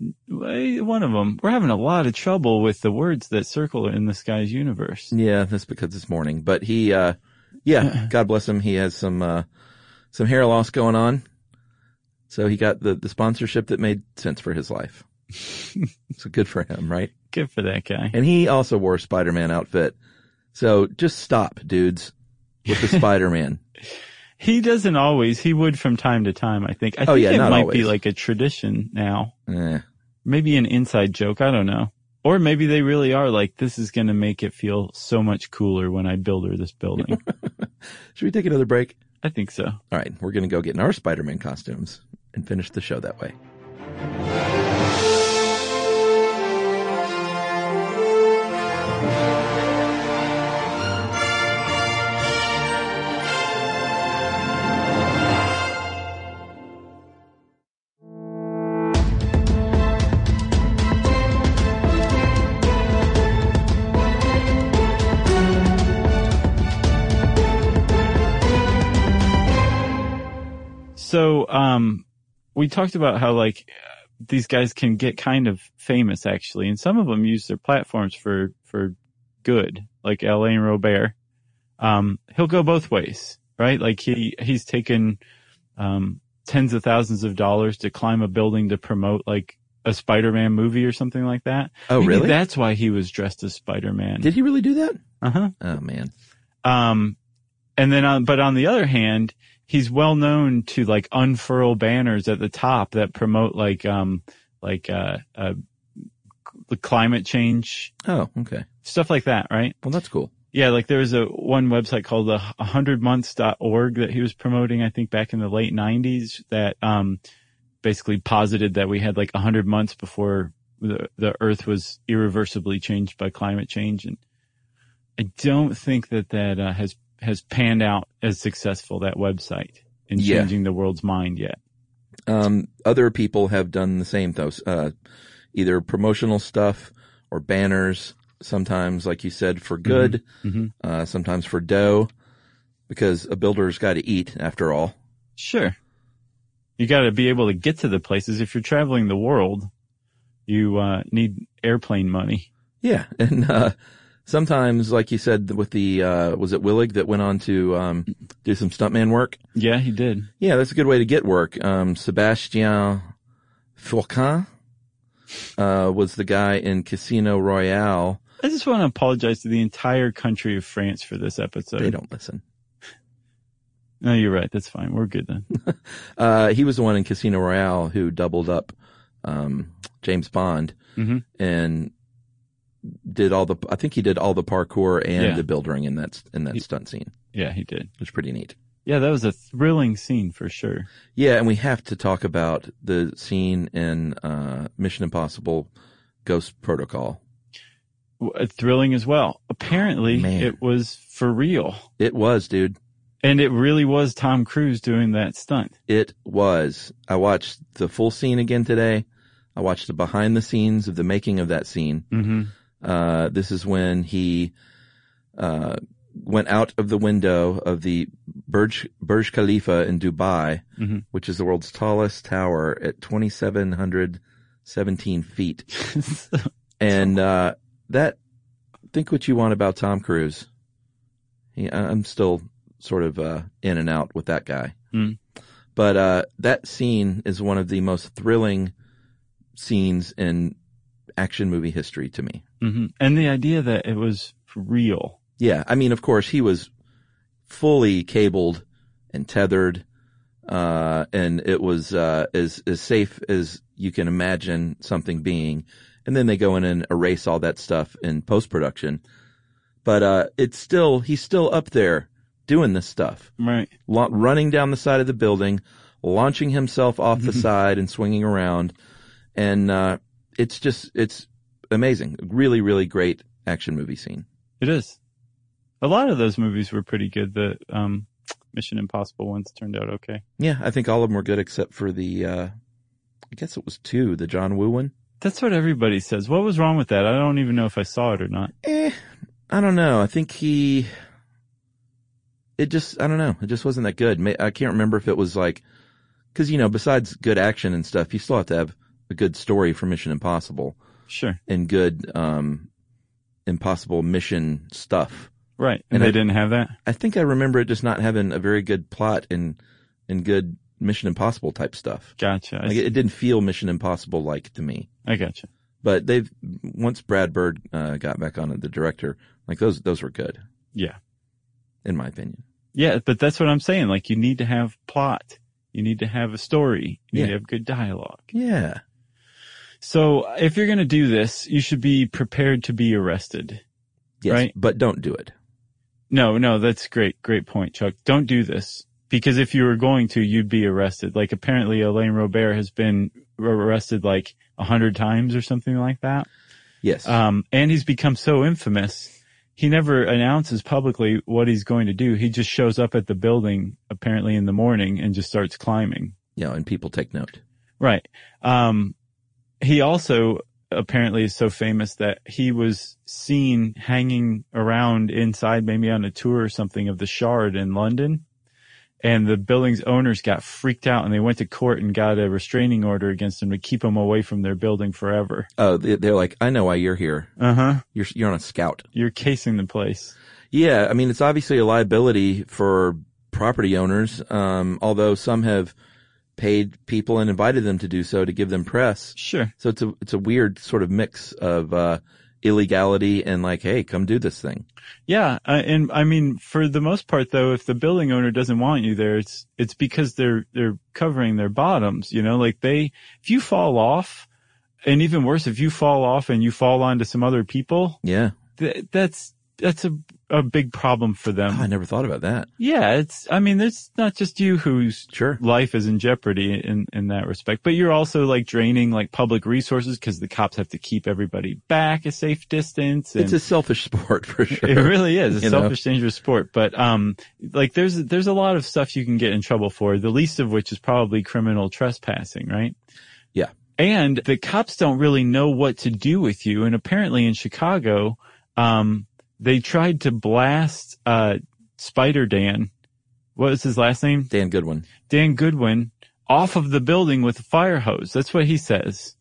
S3: Eh, One of them. We're having a lot of trouble with the words that circle in this guy's universe.
S1: Yeah, that's because it's morning. But he, uh, yeah, God bless him. He has some, uh, some hair loss going on. So he got the, the sponsorship that made sense for his life. so good for him, right?
S3: Good for that guy.
S1: And he also wore a Spider-Man outfit. So just stop, dudes, with the Spider-Man.
S3: He doesn't always. He would from time to time, I think. I
S1: Oh,
S3: think
S1: yeah,
S3: it
S1: not
S3: might be
S1: always.
S3: like a tradition now.
S1: Eh.
S3: Maybe an inside joke. I don't know. Or maybe they really are like, this is going to make it feel so much cooler when I build her this building.
S1: Should we take another break?
S3: I think so.
S1: All right, we're going to go get in our Spider-Man costumes and finish the show that way.
S3: So, um, we talked about how like these guys can get kind of famous actually, and some of them use their platforms for, for good, like Alain Robert. Um, he'll go both ways, right? Like he, he's taken, um, tens of thousands of dollars to climb a building to promote like a Spider-Man movie or something like that.
S1: Oh,
S3: Maybe
S1: really?
S3: That's why he was dressed as Spider-Man.
S1: Did he really do that?
S3: uh huh.
S1: Oh man.
S3: Um, and then on, but on the other hand, he's well known to like unfurl banners at the top that promote like, um, like, uh, uh, the climate change
S1: Oh, okay.
S3: stuff like that, right?
S1: Well, that's cool.
S3: Yeah. Like there was a one website called the 100months.org that he was promoting, I think back in the late nineties that, um, basically posited that we had like 100 months before the, the earth was irreversibly changed by climate change. And I don't think that that uh, has, has panned out as successful, that website in
S1: Yeah.
S3: changing the world's mind yet.
S1: Um, other people have done the same though, uh, either promotional stuff or banners, sometimes, like you said, for good,
S3: Mhm.
S1: uh, sometimes for dough, because a builder's got to eat after all.
S3: Sure. You got to be able to get to the places. If you're traveling the world, you uh, need airplane money.
S1: Yeah. And, uh, sometimes, like you said, with the, uh, was it Willig that went on to, um, do some stuntman work?
S3: Yeah, he did.
S1: Yeah, that's a good way to get work. Um, Sebastian Fourquin, uh, was the guy in Casino Royale.
S3: I just want to apologize to the entire country of France for this episode.
S1: They don't listen.
S3: No, you're right. That's fine. We're good then.
S1: Uh, he was the one in Casino Royale who doubled up um, James Bond
S3: Mhm.
S1: and did all the. I think he did all the parkour and
S3: Yeah.
S1: the building in that in that
S3: He-
S1: stunt scene.
S3: Yeah, he did.
S1: It was pretty neat.
S3: Yeah, that was a thrilling scene for sure.
S1: Yeah, and we have to talk about the scene in uh, Mission Impossible: Ghost Protocol.
S3: W- Thrilling as well. Apparently,
S1: Man.
S3: it was for real.
S1: It was, dude.
S3: And it really was Tom Cruise doing that stunt.
S1: It was. I watched the full scene again today. I watched the behind the scenes of the making of that scene.
S3: Mm-hmm.
S1: Uh, this is when he uh, went out of the window of the Burj, Burj Khalifa in Dubai,
S3: Mhm.
S1: which is the world's tallest tower at 2,717 feet. And uh, that, think what you want about Tom Cruise. He, I- I'm still sort of uh, in and out with that guy.
S3: Mm.
S1: But uh, that scene is one of the most thrilling scenes in action movie history to me.
S3: hmm And the idea that it was for real.
S1: Yeah, I mean, of course, he was fully cabled and tethered, uh, and it was uh, as as safe as you can imagine something being. And then they go in and erase all that stuff in post production, but uh, it's still he's still up there doing this stuff,
S3: Right.
S1: la- running down the side of the building, launching himself off the side and swinging around, and uh, it's just it's amazing, really, really great action movie scene.
S3: It is. A lot of those movies were pretty good. The um, Mission Impossible ones turned out okay.
S1: Yeah, I think all of them were good except for the, uh, I guess it was two, the John Woo one.
S3: That's what everybody says. What was wrong with that? I don't even know if I saw it or not.
S1: Eh, I don't know. I think he, it just, I don't know. It just wasn't that good. Ma- I can't remember if it was like, cause you know, besides good action and stuff, you still have to have a good story for Mission Impossible
S3: Sure.
S1: and good, um, impossible mission stuff.
S3: Right.
S1: And
S3: And, they
S1: I-
S3: didn't have that?
S1: I think I remember it just not having a very good plot and, and good Mission Impossible type stuff.
S3: Gotcha. I,
S1: Like,
S3: see.
S1: it it didn't feel Mission Impossible like to me.
S3: I gotcha.
S1: but they've once Brad Bird uh, got back on it, the director, like those those were good
S3: Yeah.
S1: in my opinion.
S3: Yeah. But that's what I'm saying. Like you need to have plot. You need to have a story. You need to
S1: Yeah.
S3: have good dialogue.
S1: Yeah,
S3: So if you're going to do this, you should be prepared to be arrested.
S1: yes,
S3: Right.
S1: but don't do it.
S3: No, no, that's great. Great point, Chuck. Don't do this because if you were going to, you'd be arrested. Like apparently Elaine Robert has been r- arrested like a hundred times or something like that.
S1: Yes,
S3: Um, and he's become so infamous. He never announces publicly what he's going to do. He just shows up at the building apparently in the morning and just starts climbing.
S1: you know, and people take note.
S3: Right. Um, he also apparently is so famous that he was seen hanging around inside, maybe on a tour or something of the Shard in London. And the building's owners got freaked out and they went to court and got a restraining order against him to keep him away from their building forever.
S1: Oh, they- they're like, I know why you're here.
S3: Uh huh.
S1: You're you're on a scout.
S3: You're casing the place.
S1: Yeah, I mean it's obviously a liability for property owners. Um, although some have paid people and invited them to do so to give them press.
S3: Sure.
S1: So it's a it's a weird sort of mix of uh, illegality and like, hey, come do this thing.
S3: Yeah. Uh, and I mean, for the most part though, if the building owner doesn't want you there, it's, it's because they're, they're covering their bottoms, you know, like they, if you fall off and even worse, if you fall off and you fall onto some other people,
S1: Yeah,
S3: th- that's, that's a, a big problem for them.
S1: Oh, I never thought about that.
S3: Yeah. It's, I mean, it's not just you who's
S1: Sure.
S3: life is in jeopardy in, in that respect. But you're also like draining like public resources because the cops have to keep everybody back a safe distance. And
S1: It's a selfish sport for sure.
S3: it really is. It's
S1: You
S3: a
S1: know?
S3: selfish, dangerous sport. But um, like there's there's a lot of stuff you can get in trouble for. The least of which is probably criminal trespassing, right?
S1: Yeah.
S3: And the cops don't really know what to do with you. And apparently in Chicago, um, they tried to blast uh Spider Dan. What was his last name?
S1: Dan Goodwin.
S3: Dan Goodwin off of the building with a fire hose. That's what he says.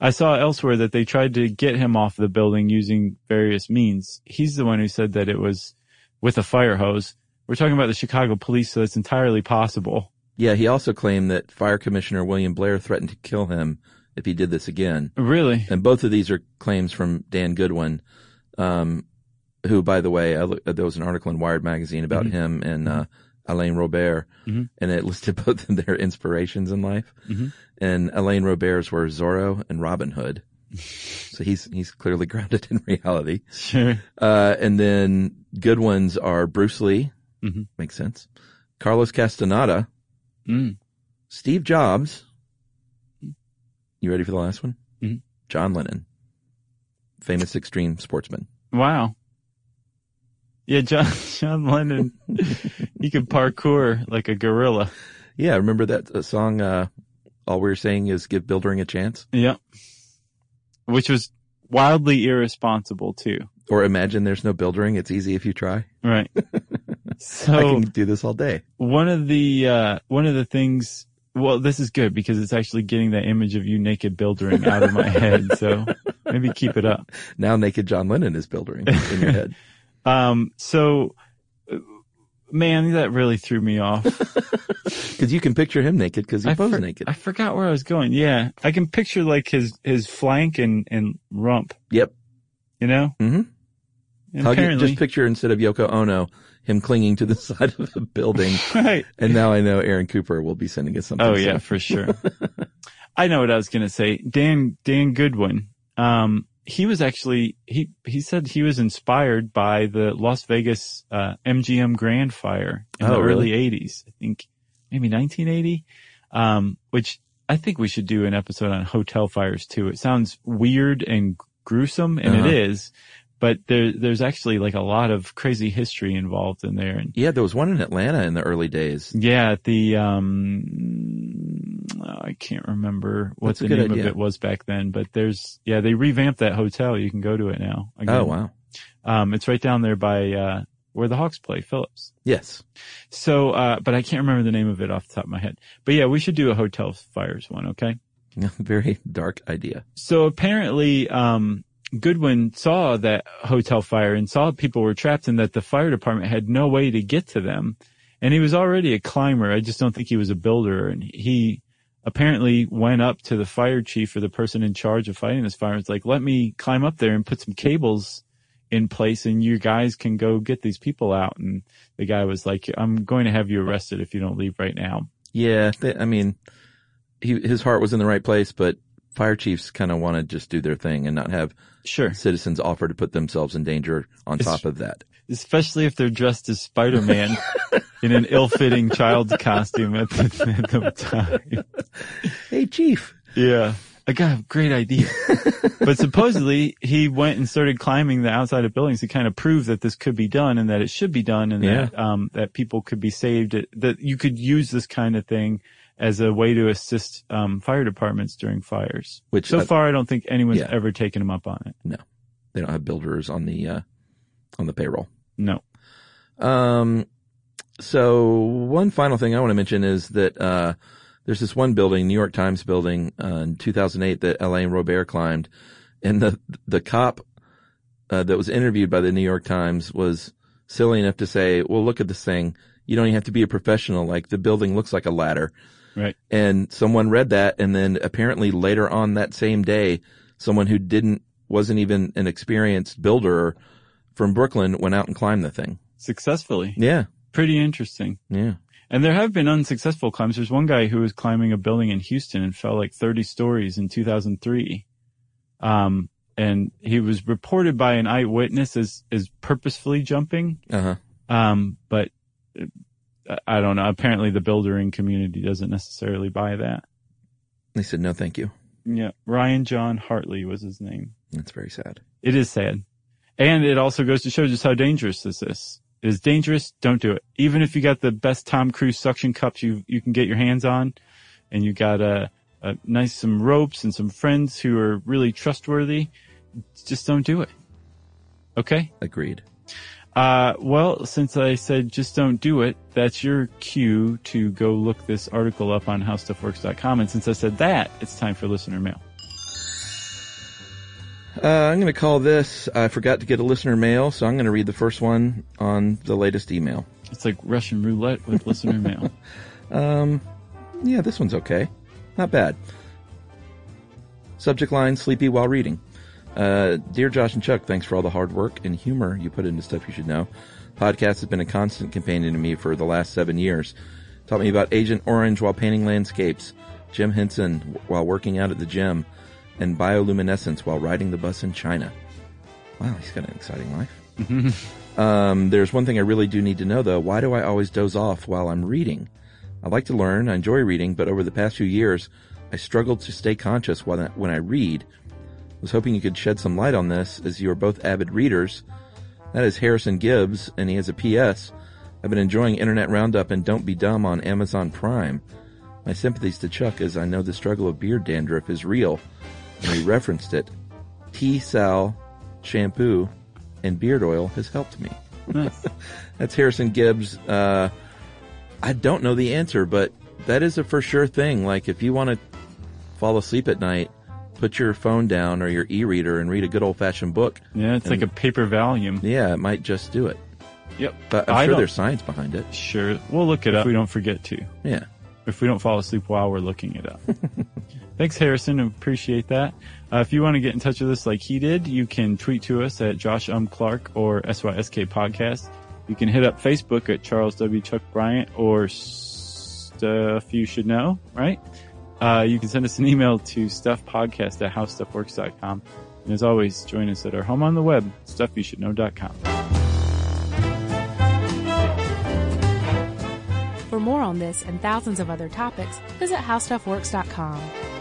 S3: I saw elsewhere that they tried to get him off the building using various means. He's the one who said that it was with a fire hose. We're talking about the Chicago police, so that's entirely possible.
S1: Yeah, he also claimed that Fire Commissioner William Blair threatened to kill him if he did this again.
S3: Really?
S1: And both of these are claims from Dan Goodwin,
S3: Mm-hmm.
S1: um, who, by the way, I look, there was an article in Wired magazine about him and uh, Alain Robert, and it listed both of their inspirations in life.
S3: Mm-hmm.
S1: And Alain Robert's were Zorro and Robin Hood. so he's he's clearly grounded in reality.
S3: Sure.
S1: Uh, and then good ones are Bruce Lee.
S3: Mhm.
S1: Makes sense. Carlos Castaneda,
S3: Mm.
S1: Steve Jobs. You ready for the last one?
S3: Mhm.
S1: John Lennon, famous extreme sportsman.
S3: Wow. Yeah, John John Lennon. he could parkour like a gorilla.
S1: Yeah, remember that uh, song? Uh, All we're saying is give Bildering a chance,
S3: Yep. Which was wildly irresponsible too.
S1: or imagine there's no Bildering. It's easy if you try.
S3: Right.
S1: I
S3: so
S1: can do this all day.
S3: one of the uh, one of the things. Well, this is good because it's actually getting that image of you naked bildering out of my head. So maybe keep it up.
S1: Now naked John Lennon is Bildering in your head.
S3: Um, so, uh, man, that really threw me off.
S1: Because you can picture him naked because he
S3: I,
S1: posed
S3: for-
S1: naked.
S3: I forgot where I was going. Yeah, I can picture like his his flank and and rump.
S1: Yep.
S3: You know.
S1: Mhm.
S3: And
S1: Hug-
S3: apparently,
S1: just picture instead of Yoko Ono, him clinging to the side of a building.
S3: right.
S1: and now I know Aaron Cooper will be sending us something.
S3: Oh
S1: soon.
S3: yeah, for sure. I know what I was gonna say. Dan Dan Goodwin. Um, he was actually he he said he was inspired by the Las Vegas uh, MGM Grand Fire in the
S1: Oh, really?
S3: early '80s. I think maybe 1980. Um, which I think we should do an episode on hotel fires too. It sounds weird and gruesome, and it
S1: Uh-huh.
S3: is. But there, there's actually like a lot of crazy history involved in there, and
S1: Yeah, there was one in Atlanta in the early days.
S3: yeah, at the um, oh, I can't remember what
S1: That's a
S3: the
S1: good
S3: name of
S1: idea.
S3: it was back then, but there's yeah, they revamped that hotel. You can go to it now. again.
S1: Oh wow.
S3: Um, it's right down there by uh where the Hawks play, Phillips.
S1: Yes.
S3: So, uh, but I can't remember the name of it off the top of my head. But yeah, we should do a hotel fires one, okay?
S1: Very dark idea.
S3: So apparently, um, Goodwin saw that hotel fire and saw people were trapped and that the fire department had no way to get to them. And he was already a climber. I just don't think he was a builder. And he apparently went up to the fire chief or the person in charge of fighting this fire. and was like, let me climb up there and put some cables in place and you guys can go get these people out. And the guy was like, I'm going to have you arrested if you don't leave right now.
S1: Yeah, they, I mean, he, his heart was in the right place, but fire chiefs kind of want to just do their thing and not have
S3: Sure.
S1: citizens offer to put themselves in danger on
S3: It's-
S1: top of that.
S3: especially if they're dressed as Spider-Man in an ill-fitting child's costume at the, at the time.
S1: Hey, chief.
S3: Yeah. I got a great idea. but supposedly he went and started climbing the outside of buildings to kind of prove that this could be done and that it should be done and
S1: Yeah.
S3: that, um, that people could be saved, that you could use this kind of thing as a way to assist, um, fire departments during fires.
S1: Which
S3: so
S1: I-
S3: far, I don't think anyone's
S1: Yeah.
S3: ever taken him up on it.
S1: They don't have builders on the uh, on the payroll.
S3: No.
S1: Um, so one final thing I want to mention is that, uh, there's this one building, New York Times building, uh, in 2008 that Alain Robert climbed and the, the cop, uh, that was interviewed by the New York Times was silly enough to say, well, look at this thing. You don't even have to be a professional. Like the building looks like a ladder.
S3: Right.
S1: And someone read that and then apparently later on that same day, someone who didn't, wasn't even an experienced builder from Brooklyn went out and climbed the thing.
S3: Successfully.
S1: Yeah.
S3: Pretty interesting.
S1: Yeah.
S3: And there have been unsuccessful climbs. There's one guy who was climbing a building in Houston and fell like 30 stories in 2003. Um, and he was reported by an eyewitness as, as purposefully jumping.
S1: Uh huh.
S3: Um, but uh, I don't know. Apparently the buildering community doesn't necessarily buy that.
S1: They said no, thank you.
S3: Yeah. Ryan John Hartley was his name.
S1: That's very sad.
S3: It is sad. And it also goes to show just how dangerous this is. It is dangerous. Don't do it. Even if you got the best Tom Cruise suction cups you, you can get your hands on and you got a, a nice, some ropes and some friends who are really trustworthy, just don't do it. Okay.
S1: Agreed.
S3: Uh, well, since I said just don't do it, that's your cue to go look this article up on howstuffworks.com. And since I said that, it's time for listener mail.
S1: Uh, I'm going to call this. I forgot to get a listener mail, so I'm going to read the first one on the latest email.
S3: It's like Russian roulette with listener mail.
S1: Yeah, this one's okay. Not bad. Subject line Sleepy while reading. Uh, Dear Josh and Chuck, thanks for all the hard work and humor you put into stuff you should know. Podcasts have been a constant companion to me for the last seven years. Taught me about Agent Orange while painting landscapes, Jim Henson w- while working out at the gym, and bioluminescence while riding the bus in China. Wow, he's got an exciting life. Um, there's one thing I really do need to know though. Why do I always doze off while I'm reading? I like to learn. I enjoy reading, but over the past few years, I struggled to stay conscious when I, when I read. was hoping you could shed some light on this as you are both avid readers. That is Harrison Gibbs and he has a PS. I've been enjoying Internet Roundup and Don't Be Dumb on Amazon Prime. My sympathies to Chuck as I know the struggle of beard dandruff is real. And we referenced it. Tea sal, shampoo, and beard oil has helped me.
S3: Nice.
S1: That's Harrison Gibbs. Uh, I don't know the answer, but that is a for sure thing. Like if you want to fall asleep at night, put your phone down or your e-reader and read a good old fashioned book.
S3: Yeah, it's like a paper volume.
S1: Yeah, it might just do it.
S3: Yep.
S1: But I'm
S3: I
S1: sure
S3: don't-
S1: there's science behind it.
S3: Sure. We'll look it up. If we don't forget to.
S1: Yeah.
S3: If we don't fall asleep while we're looking it up. Thanks, Harrison. Appreciate that. Uh, if you want to get in touch with us like he did, you can tweet to us at Josh Um Clark or SYSK Podcast. You can hit up Facebook at Charles W. Chuck Bryant or Stuff You Should Know, right? Uh, you can send us an email to stuffpodcast at howstuffworks.com. And as always, join us at our home on the web, stuffyoushouldknow.com.
S2: For more on this and thousands of other topics, visit howstuffworks.com.